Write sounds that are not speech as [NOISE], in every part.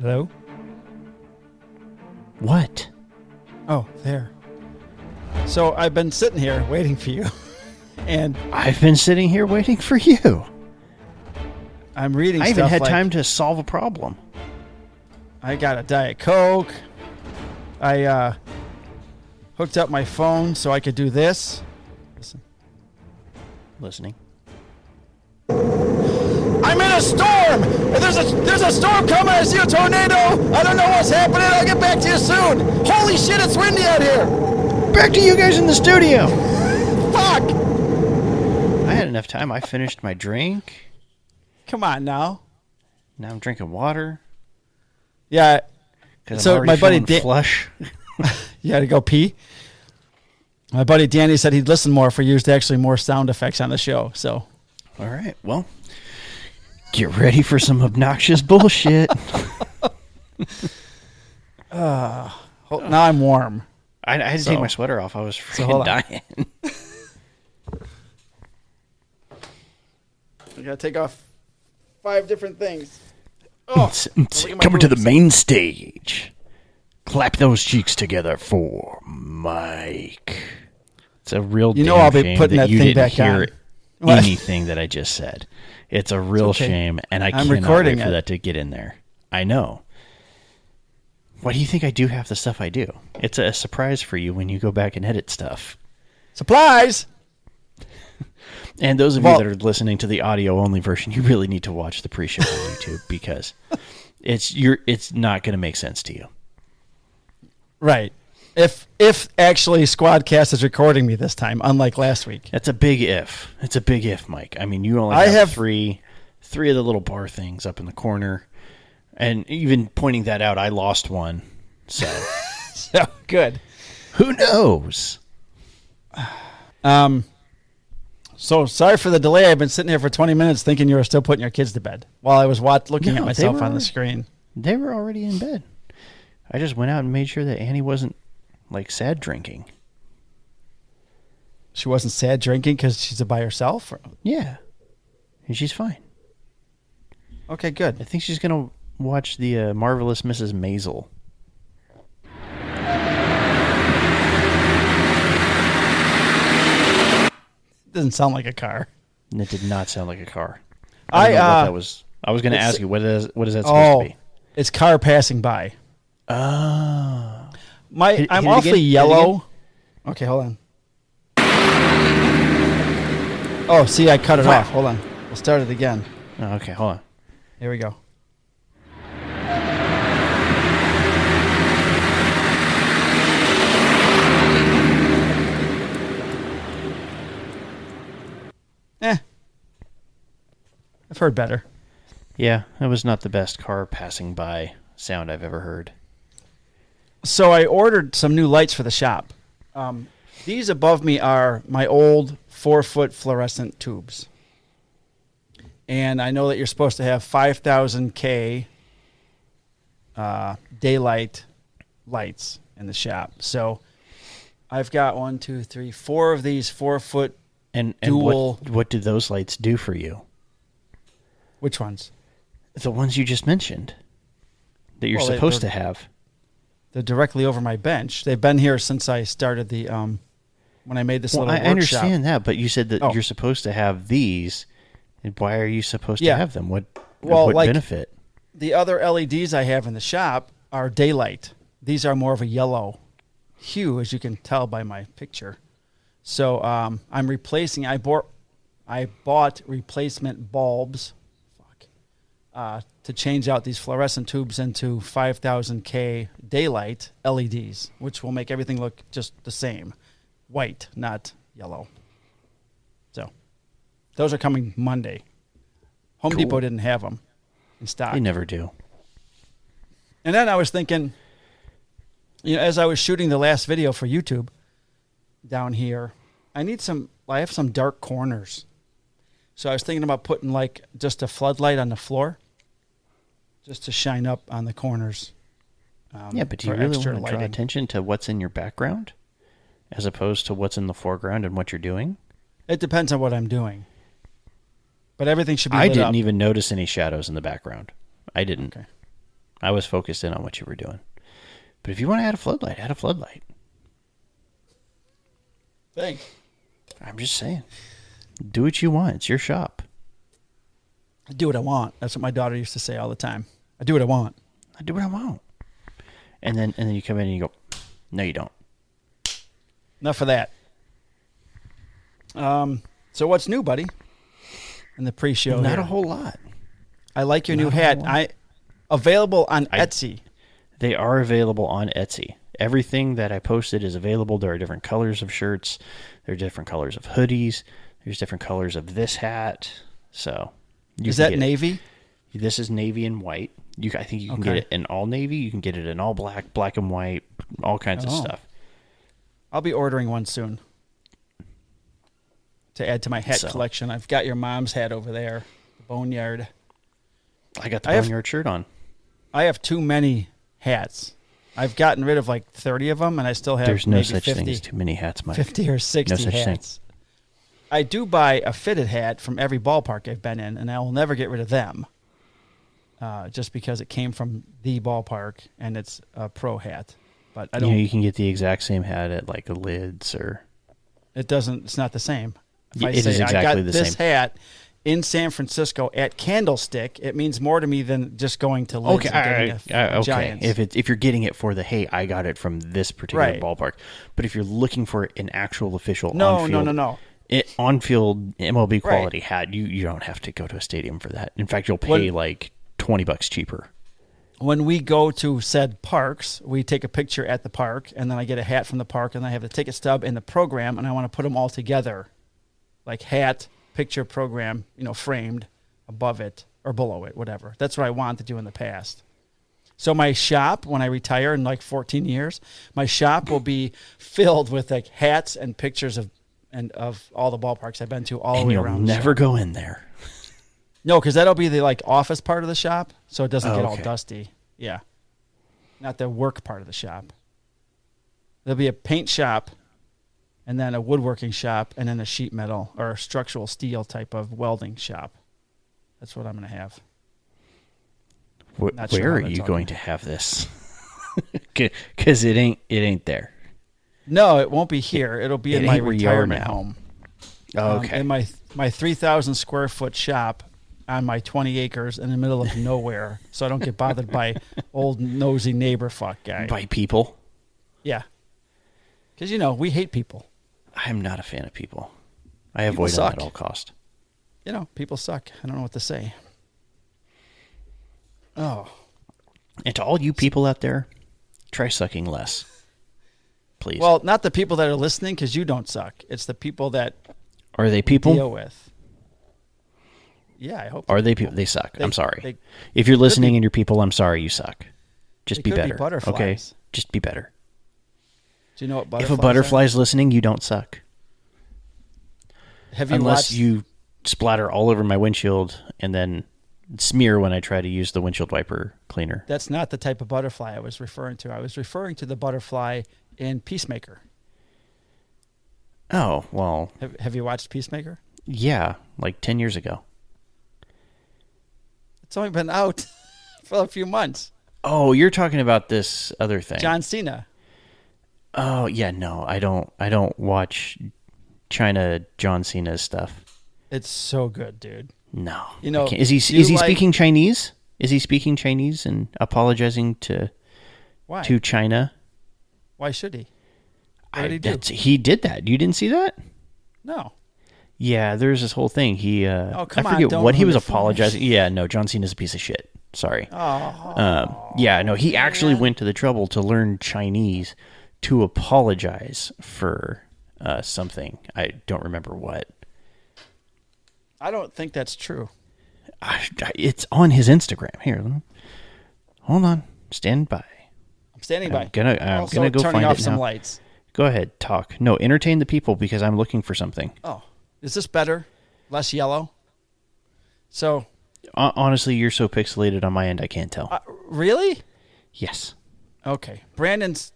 Hello? What? Oh, there. So I've been sitting here waiting for you. [LAUGHS] and I've been sitting here waiting for you. I'm reading I even stuff had like, time to solve a problem. I got a Diet Coke. I uh, hooked up my phone so I could do this. Listen. Listening. I'm in a storm! There's a there's a storm coming! I see a tornado! I don't know what's happening, I'll get back to you soon! Holy shit, it's windy out here! Back to you guys in the studio. Fuck! I had enough time. I finished my drink. Come on now. Now I'm drinking water. Yeah, Cause So I'm already my buddy feeling Dan- flush. you had to go pee. My buddy Danny said he'd listen more if we used actually more sound effects on the show. So All right. Well, get ready for some obnoxious bullshit. ho- now I'm warm. I, I had to So- take my sweater off. I was freaking hold on. dying. I gotta take off five different things. Oh, at my Coming to the boobs. main stage. Clap those cheeks together for Mike. It's a real You know damn I'll be shame putting that that you thing didn't back hear on. anything that I just said. It's a real okay. shame, and I I'm cannot recording wait for it. that to get in there. I know. Why do you think I do half the stuff I do? It's a surprise for you when you go back and edit stuff. Supplies! And those of Well- you that are listening to the audio only version, you really need to watch the pre-show on YouTube because it's you're it's not going to make sense to you. Right. If if actually Squadcast is recording me this time, unlike last week. [LAUGHS] That's a big if. It's a big if, Mike. I mean, you only I have, have- three, three of the little bar things up in the corner, and even pointing that out, I lost one. [LAUGHS] So So good. who knows? Um so sorry for the delay. I've been sitting here for 20 minutes thinking you were still putting your kids to bed while I was watch, looking No, at they myself were on the already- screen. They were already in bed. I just went out and made sure that Annie wasn't like sad drinking. She wasn't sad drinking because she's by herself. Yeah, and she's fine. Okay, good. I think she's gonna watch the uh, marvelous Mrs. Maisel. doesn't sound like a car. And it did not sound like a car. I, don't know what uh, that was. I was gonna it's- ask you what is what is that supposed to Oh, be? it's car passing by. Oh. My Hit- I'm hit it awfully again, hit it yellow. Okay, hold on. Oh, see, I cut it Wow. off. Hold on. We'll start it again. Oh, okay, hold on. Here we go. Eh. I've heard better. Yeah, that was not the best car passing by sound I've ever heard. so I ordered some new lights for the shop. Um, these above me are my old four foot fluorescent tubes. And I know that you're supposed to have 5,000K uh, daylight lights in the shop. So I've got one, two, three, four of these four foot. And and Dual- what what did those lights do for you? Which ones? The ones you just mentioned that you're Well, they- supposed to they're- have. They're directly over my bench. They've been here since I started the, um, when I made this Well, I, I little workshop. understand that, but you said that Oh. you're supposed to have these. And why are you supposed Yeah. to have them? What Well, what like- benefit? the other LEDs I have in the shop are daylight. These are more of a yellow hue, as you can tell by my picture. So um, I'm replacing. I bought, I bought replacement bulbs, fuck, uh, to change out these fluorescent tubes into 5,000K daylight LEDs, which will make everything look just the same, white, not yellow. So those are coming Monday. Home Cool. Depot didn't have them in stock. They never do. And then I was thinking, you know, as I was shooting the last video for YouTube down here, I need some, I have some dark corners. So I was thinking about putting like just a floodlight on the floor just to shine up on the corners. um, Yeah, but do you for really want extra to draw lighting. attention to what's in your background as opposed to what's in the foreground and what you're doing? It depends on what I'm doing. But everything should be I lit didn't e- up. even notice any shadows in the background. I didn't. Okay. I was focused in on what you were doing. But if you want to add a floodlight, add a floodlight. Thanks. I'm just saying. Do what you want. It's your shop. I do what I want. That's what my daughter used to say all the time. I do what I want. I do what I want. And then and then you come in and you go, No you don't. Enough of that. Um, so what's new, buddy? In the pre-show, Not here. a whole lot. I like your new not a hat. whole lot. I available on I- Etsy. They are available on Etsy. Everything that I posted is available. There are different colors of shirts. There are different colors of hoodies. There's different colors of this hat. So you Is can that get it. navy? This is navy and white. You, I think you can get Okay. it in all navy. You can get it in all black, black and white, all kinds of Oh. stuff. I'll be ordering one soon to add to my hat So. collection. I've got your mom's hat over there, the boneyard. I got the I have- Boneyard shirt on. I have too many hats. I've gotten rid of like 30 of them, and I still have There's no maybe such 50, thing as too many hats, Mike. 50 or 60 such thing. hats. I do buy a fitted hat from every ballpark I've been in, and I will never get rid of them uh, just because it came from the ballpark and it's a pro hat. But I You don't, know, you can get the exact same hat at like Lids or it doesn't, it's not the same. If Yeah, I it is say I exactly got the this same. hat in San Francisco at Candlestick, it means more to me than just going to Lids okay, and getting all right, a all right, okay. Giants. If it if you're getting it for the hey, I got it from this particular Right. ballpark, but if you're looking for an actual official, no, on-field, no, no, no. it, on-field MLB quality hat, you you don't have to go to a stadium for that. In fact, you'll pay When- like twenty bucks cheaper. when we go to said parks, we take a picture at the park, and then I get a hat from the park, and I have the ticket stub and the program, and I want to put them all together, like hat, picture, program, you know, framed above it or below it, whatever. That's what I wanted to do in the past. So my shop, when I retire in like 14 years, my shop will be filled with like hats and pictures of and of all the ballparks I've been to all the and way you'll around. the never shop. go in there. No, because that'll be the like office part of the shop, so it doesn't Oh, get okay. all dusty. Yeah, not the work part of the shop. There'll be a paint shop, and then a woodworking shop, and then a sheet metal or a structural steel type of welding shop. That's what I'm gonna have. Wh- Not sure where how are that's you all going to have this? [LAUGHS] Because it ain't it ain't there. No, it won't be here. It'll be It in my ain't where you are retirement now. home. Um, Okay, in my my 3,000 square foot shop on my 20 acres in the middle of nowhere, so I don't get bothered [LAUGHS] by old nosy neighbor fuck guy. by people. Yeah. Because, you know, we hate people. I'm not a fan of people. I People avoid them suck. at all cost. You know, people suck. I don't know what to say. Oh, And to all you people out there, try sucking less, please. well, not the people that are listening because you don't suck. It's the people that are they deal people? with. Yeah, I hope. Are they people? They suck. They- I'm sorry. they if you're listening be- and you're people, I'm sorry. You suck. Just They be could be better. okay. butterflies. Just be better. Do you know what If butterflies? a butterfly is listening, you don't suck. are? have you Unless watched, you splatter all over my windshield and then smear when I try to use the windshield wiper cleaner. That's not the type of butterfly I was referring to. I was referring to the butterfly in Peacemaker. Oh, well, Have, have you watched Peacemaker? yeah, like 10 years ago. It's only been out [LAUGHS] for a few months. Oh, you're talking about this other thing. John Cena. Oh, yeah, no. I don't I don't watch China John Cena's stuff. It's so good, dude. No. You I know, can't- is he you is he like- speaking Chinese? Is he speaking Chinese and apologizing to Why? to China? Why should he? What I- did he do? that's- he did that. You didn't see that? No. Yeah, there's this whole thing. He uh Oh, come I on, forget don't what he ruin was it for me. apologizing. Yeah, no, John Cena's a piece of shit. Sorry. Oh, Um, yeah, no, he actually went to the trouble to learn Chinese to apologize for uh, something. I don't remember what. I don't think that's true. I, I- it's on his Instagram. Here, let me- hold on, stand by. I'm standing by. I'm gonna, I'm also gonna go turning find off it some now. lights. Go ahead, talk. No, entertain the people because I'm looking for something. Oh, is this better? Less yellow. So, Hon- honestly, you're so pixelated on my end, I can't tell. uh, really? yes, Okay, Brandon's.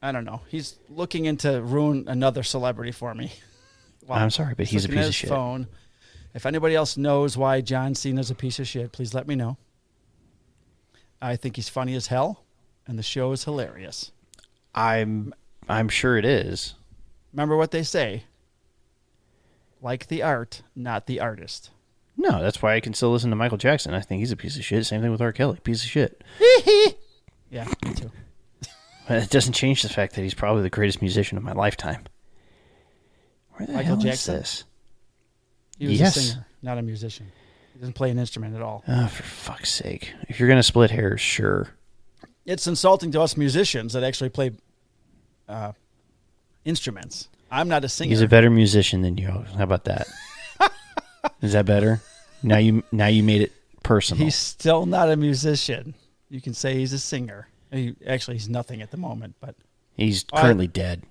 I don't know. He's looking into ruin another celebrity for me. [LAUGHS] Wow. I'm sorry, but he's a looking at piece of his shit. Phone. If anybody else knows why John Cena's a piece of shit, please let me know. I think he's funny as hell, and the show is hilarious. I'm I'm sure it is. Remember what they say like the art, not the [LAUGHS] artist. No, that's why I can still listen to Michael Jackson. I think he's a piece of shit. Same thing with R. Kelly, piece of shit. Yeah, me too. But it doesn't change the fact that he's probably the greatest musician of my lifetime. Where the Michael hell Jackson? is this? He was a Yes. singer, not a musician. He doesn't play an instrument at all. Oh, for fuck's sake! If you're gonna split hairs, sure. It's insulting to us musicians that actually play uh, instruments. I'm not a singer. He's a better musician than you. How about [LAUGHS] that? Is that better? Now you now you made it personal. He's still not a musician. You can say he's a singer. He, actually, he's nothing at the moment, but He's currently dead.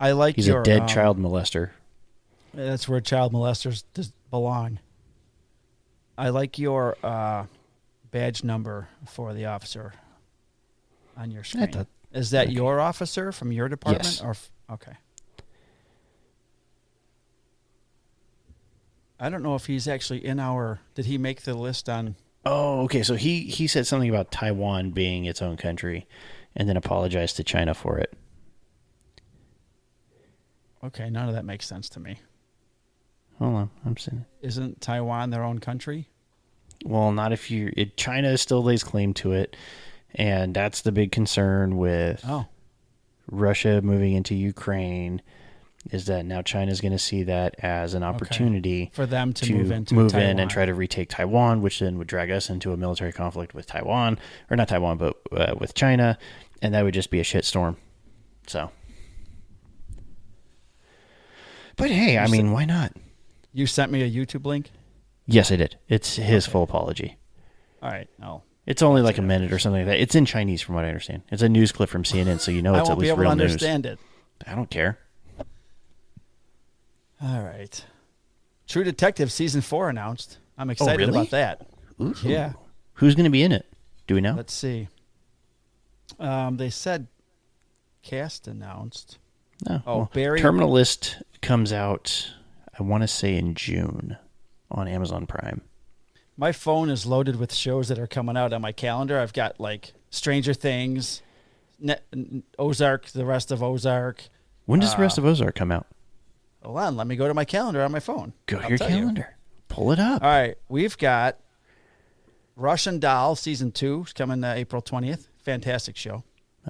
I like He's your. a dead um, child molester. That's where child molesters dis- belong. I like your uh, badge number for the officer on your screen. thought- Is that your officer from your department? Yes. Or f- okay. I don't know if he's actually in our. Did he make the list on? Oh, okay. So he he said something about Taiwan being its own country, and then apologized to China for it. Okay, none of that makes sense to me. Hold on, I'm saying. Isn't Taiwan their own country? Well, not if you. It, China still lays claim to it, and that's the big concern with Oh, Russia moving into Ukraine. Is that now China's going to see that as an opportunity for them to, to move into move Taiwan. in and try to retake Taiwan, which then would drag us into a military conflict with Taiwan, or not Taiwan, but uh, with China, and that would just be a shitstorm. So, but hey, I mean, why not? You sent me a YouTube link. Yes, I did. It's his full apology. All right, I'll It's only like a minute or something like that. It's in Chinese, from what I understand. It's a news clip from CNN, so you know I Oh, it's won't at be least able to real news. understand it. I don't care. All right. True Detective season four announced. I'm excited Oh, really? about that. Ooh. Yeah. Who's going to be in it? Do we know? Let's see. Um, they said cast announced. No. Oh, Barry- Terminalist comes out. I want to say in June on Amazon Prime. My phone is loaded with shows that are coming out on my calendar. I've got like Stranger Things, Ne- N- Ozark, the rest of Ozark. When does the rest Ah. of Ozark come out? Hold on, let me go to my calendar on my phone. Go to I'll your tell you. calendar. Pull it up. All right, we've got Russian Doll season two is coming uh, April twentieth. Fantastic show.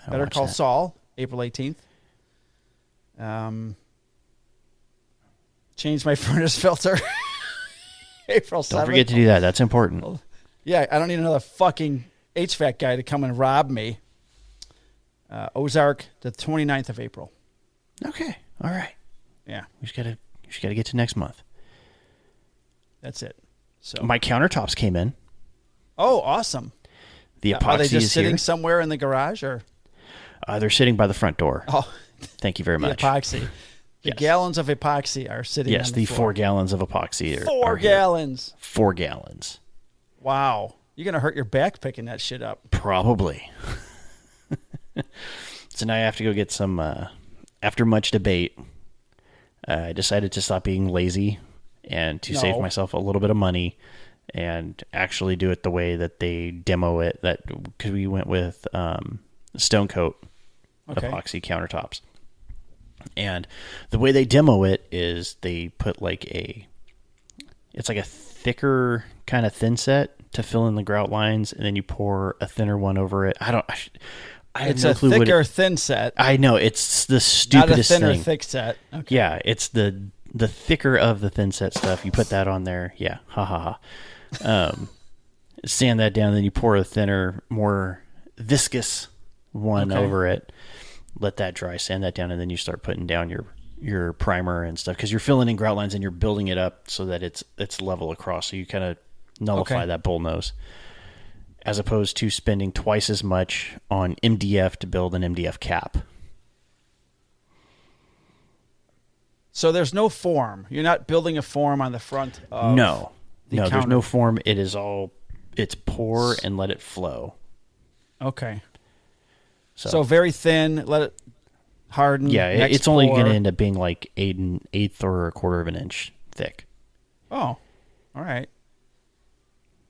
I'll Better watch Call that. Saul April eighteenth. Um, change my [LAUGHS] furnace filter. April Don't seventh. forget to do that. That's important. Yeah, I don't need another fucking HVAC guy to come and rob me. Uh, Ozark the 29th of April. Okay. All right. Yeah, We just gotta we just gotta get to next month. that's it. So My countertops came in. oh, awesome. The Are they epoxy just is sitting here. somewhere in the garage or Uh, they're sitting by the front door. oh? Thank you very the much. [LAUGHS] epoxy. The Yes. gallons of epoxy are sitting. yes, on the, the, four floor. gallons of epoxy. Are, Four are here. gallons. Four gallons. Wow, you're gonna hurt your back picking that shit up. Probably. [LAUGHS] so now I have to go get some. Uh, after much debate, uh, I decided to stop being lazy and to save No. myself a little bit of money and actually do it the way that they demo it. That because we went with um, Stone Coat Okay. epoxy countertops, and the way they demo it is they put like a it's like a thicker kind of thin set to fill in the grout lines, and then you pour a thinner one over it. I don't. I, should- I have It's no a clue what. thicker It, thin set, I know it's the not a stupidest thinner thing. thick set. Okay. Yeah, it's the the thicker of the thin set stuff. You put that on there. Yeah, ha ha ha. Um, sand that down, then you pour a thinner, more viscous one Okay. over it. Let that dry. Sand that down, and then you start putting down your your primer and stuff because you're filling in grout lines and you're building it up so that it's it's level across. So you kind of nullify Okay. that bull nose. As opposed to spending twice as much on MDF to build an MDF cap. So there's no form. You're not building a form on the front. Of, no the no there's counter. no form it is all it's pour and let it flow Okay. so, So very thin. Let it harden. yeah it- next it's only pour. going to end up being like eight and eighth or a quarter of an inch thick Oh, all right.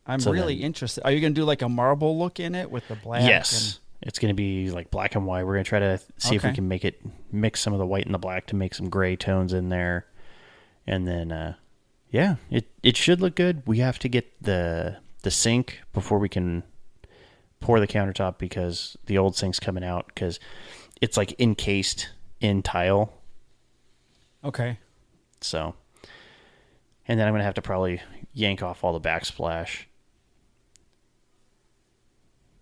I'm So really then- interested. Are you going to do like a marble look in it with the black? yes, it's going to be like black and white. We're going to try to see if we Okay. can make it mix some of the white and the black to make some gray tones in there, and then uh, yeah, it it should look good. We have to get the the sink before we can pour the countertop because the old sink's coming out because it's like encased in tile And, okay. So, and then I'm gonna have to probably yank off all the backsplash.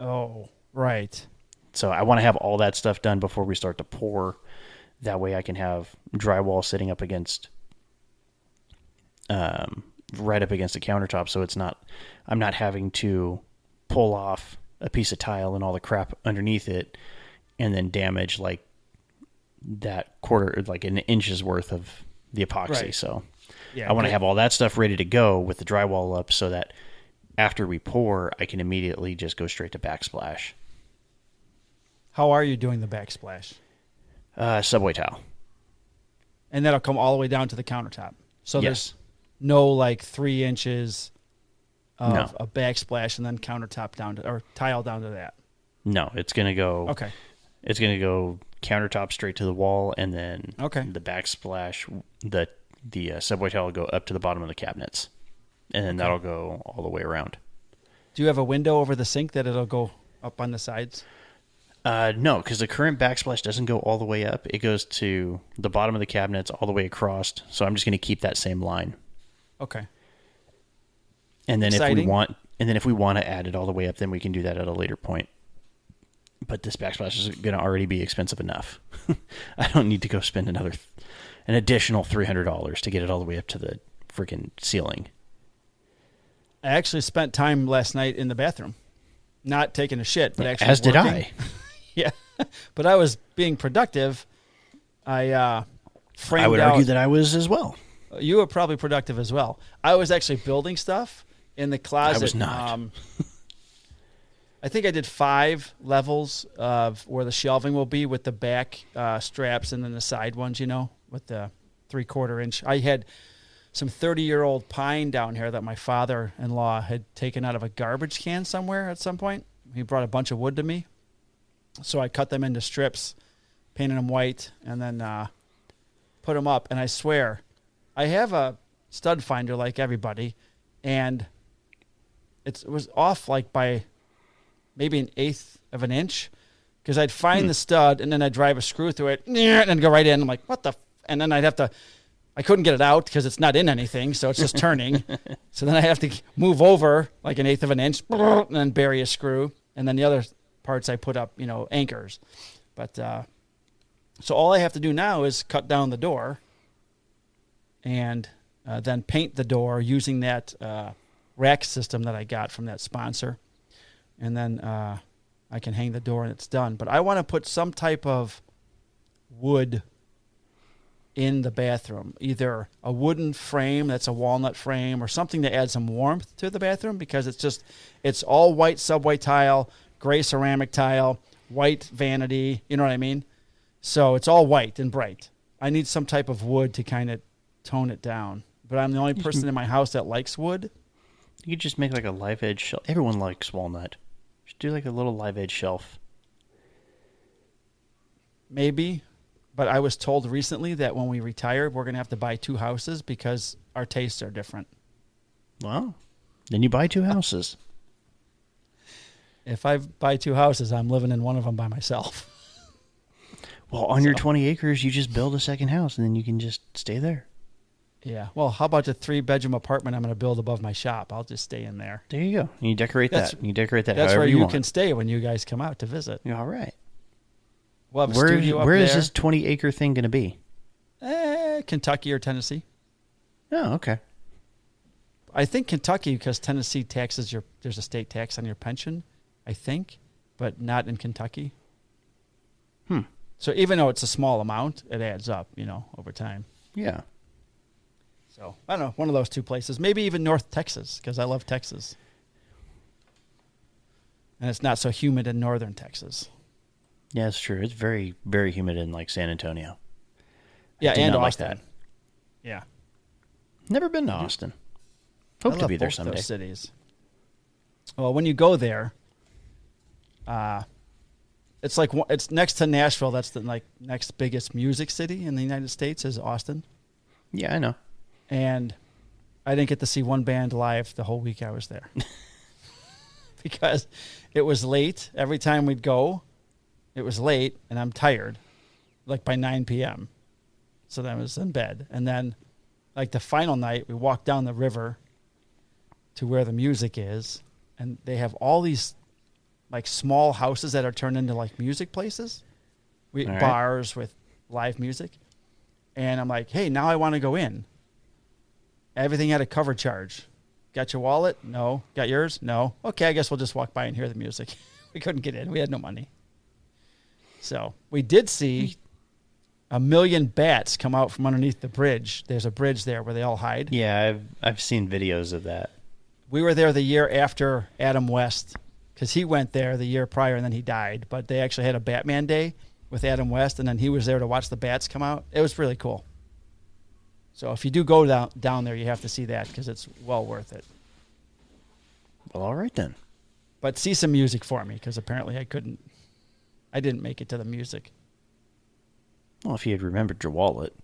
Oh, right. So I want to have all that stuff done before we start to pour. That way I can have drywall sitting up against, um, right up against the countertop. So it's not, I'm not having to pull off a piece of tile and all the crap underneath it, and then damage like that quarter, like an inch's worth of the epoxy. Right. So Yeah, I want to good. have all that stuff ready to go with the drywall up so that after we pour, I can immediately just go straight to backsplash. How are you doing the backsplash? Uh, subway tile. And that'll come all the way down to the countertop. So Yes. there's no like three inches of No. a backsplash and then countertop down to or tile down to that. No, it's gonna go. Okay. It's gonna go countertop straight to the wall, and then Okay. the backsplash, the the uh, subway tile will go up to the bottom of the cabinets, and then that'll go all the way around. Do you have a window over the sink that it'll go up on the sides? Uh, no, because the current backsplash doesn't go all the way up. It goes to the bottom of the cabinets, all the way across. So I'm just gonna keep that same line. Okay. And then if Exciting. we want, and then if we want to add it all the way up, then we can do that at a later point. But this backsplash is going to already be expensive enough. [LAUGHS] I don't need to go spend another, an additional three hundred dollars to get it all the way up to the freaking ceiling. I actually spent time last night in the bathroom. Not taking a shit, but actually As did working. I. [LAUGHS] Yeah. but I was being productive. I uh framed I would out argue that I was as well. you were probably productive as well. I was actually building stuff in the closet. was not. Um, I think I did five levels of where the shelving will be with the back uh, straps and then the side ones, you know, with the three quarter inch. I had some 30 year old pine down here that my father in law had taken out of a garbage can somewhere at some point. He brought a bunch of wood to me. So I cut them into strips, painted them white, and then uh, put them up. And I swear, I have a stud finder like everybody, and it's, it was off like by maybe an eighth of an inch because I'd find the stud and then I'd drive a screw through it and then go right in. I'm like, what the? F-? And then I'd have to, I couldn't get it out because it's not in anything, so it's just turning. so then I have to move over like an eighth of an inch and then bury a screw. And then the other parts I put up, you know, anchors. But uh, so all I have to do now is cut down the door and uh, then paint the door using that uh, rack system that I got from that sponsor. And then uh, I can hang the door and it's done. But I want to put some type of wood in the bathroom, either a wooden frame that's a walnut frame or something to add some warmth to the bathroom because it's just it's all white subway tile, gray ceramic tile, white vanity, you know what I mean? So it's all white and bright. I need some type of wood to kind of tone it down. But I'm the only person in my house that likes wood. You could just make like a live edge shelf. Everyone likes walnut. Just do like a little live edge shelf. maybe. But I was told recently that when we retire, we're going to have to buy two houses because our tastes are different. Well, then you buy two houses. If I buy two houses, I'm living in one of them by myself. [LAUGHS] Well, on your twenty acres, you just build a second house, and then you can just stay there. Yeah. Well, how about the three bedroom apartment I'm going to build above my shop? I'll just stay in there. There you go. And you decorate That's- that. And you decorate that That's however where you, you, want. can stay when you guys come out to visit. Yeah, all right. We'll have a Where studio up where is there. this twenty acre thing going to be? Eh, Kentucky or Tennessee? Oh, okay. I think Kentucky because Tennessee taxes your there's a state tax on your pension, I think, but not in Kentucky. Hmm. So even though it's a small amount, it adds up, you know, over time. Yeah. So I don't know, one of those two places, maybe even North Texas because I love Texas, and it's not so humid in northern Texas. Yeah, it's true. It's very very humid in like San Antonio. Yeah, do and not like Austin. that. Yeah, Never been to Austin. Hope I to love be there Mm-hmm. both someday. Those cities. Well, when you go there, uh, it's like one- it's next to Nashville. That's the like next biggest music city in the United States is Austin, Yeah, I know. and I didn't get to see one band live the whole week I was [LAUGHS] there because it was late. Every time we'd go, it was late, and I'm tired, like by 9 p.m. So then I was in bed, and then like the final night, we walked down the river to where the music is, and they have all these like small houses that are turned into like music places, we, All right. bars with live music. And I'm like, hey, now I want to go in. Everything had a cover charge. Got your wallet? No. Got yours? No. Okay, I guess we'll just walk by and hear the music. [LAUGHS] we couldn't get in. We had no money. So we did see a million bats come out from underneath the bridge. There's a bridge there where they all hide Yeah, I've I've seen videos of that. we were there the year after Adam West because he went there the year prior and then he died. But they actually had a Batman day with Adam West, and then he was there to watch the bats come out. It was really cool. So if you do go down down there, you have to see that because it's well worth it. Well, all right then. But see some music for me because apparently I couldn't. I didn't make it to the music. Well, if you had remembered your wallet,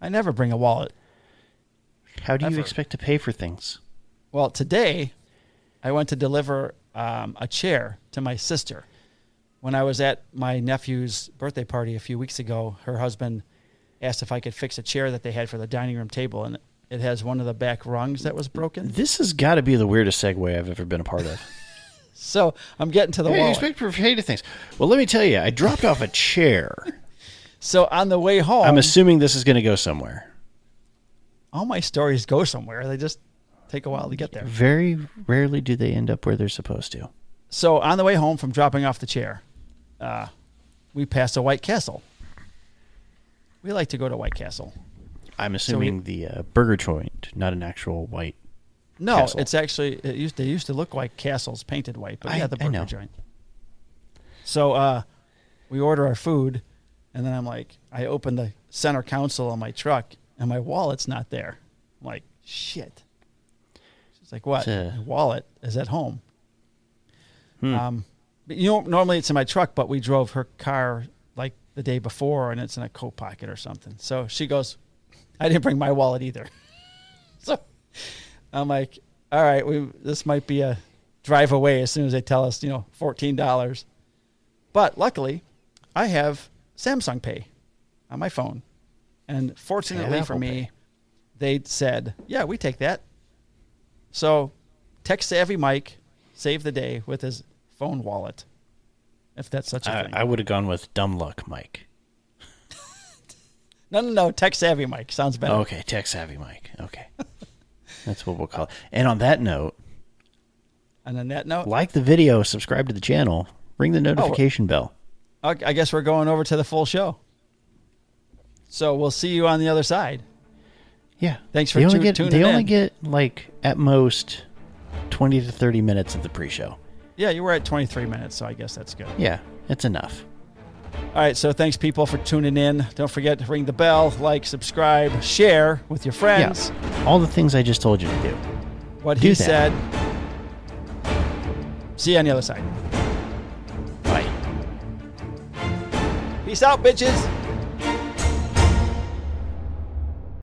I never bring a wallet. how do you Ever. expect to pay for things? Well, today I went to deliver um, a chair to my sister. When I was at my nephew's birthday party a few weeks ago, her husband asked if I could fix a chair that they had for the dining room table, and it has one of the back rungs that was broken. This has got to be the weirdest segue I've ever been a part of. So I'm getting to [LAUGHS] the hey, you wallet. expect to pay to things. Well, let me tell you, I dropped off [LAUGHS] a chair. so on the way home, I'm assuming this is going to go somewhere. all my stories go somewhere. They just take a while to get there. Very rarely do they end up where they're supposed to. so on the way home from dropping off the chair, uh, we passed a White Castle. We like to go to White Castle. I'm assuming the uh, burger joint, not an actual white. No, castle. it's actually it used they used to look like castles painted white, but I- yeah, the I burger know. joint. So uh, we order our food, and then I'm like, I open the center console on my truck, and my wallet's not there. I'm like, shit. She's like, what? It's a- My wallet is at home. Hmm. Um, but you know, normally it's in my truck, but we drove her car like the day before, and it's in a coat pocket or something. So she goes, I didn't bring my wallet either. [LAUGHS] so I'm like, all right, we this might be a drive away as soon as they tell us, you know, fourteen dollars. But luckily, I have Samsung Pay on my phone, and fortunately And for Apple me, they said, yeah, we take that. So, tech savvy Mike saved the day with his phone wallet, if that's such a I, thing. Uh, I would have gone with dumb luck, Mike. no, no, no, tech savvy Mike sounds better. Oh, Okay, tech savvy, Mike. [LAUGHS] Okay, that's what we'll call it. And on that note, And on that note, like the video, subscribe to the channel, ring the notification bell. I I guess we're going over to the full show. So we'll see you on the other side. Yeah, Thanks for they only tu- get tuning they only in. get like at most twenty to thirty minutes of the pre-show. Yeah, you were at 23 minutes, so I guess that's good. Yeah, it's enough. All right, so thanks people for tuning in. Don't forget to ring the bell, like, subscribe, share with your friends. Yeah, all the things I just told you to do. What Do he that. said. See you on the other side. Bye. Peace out, bitches.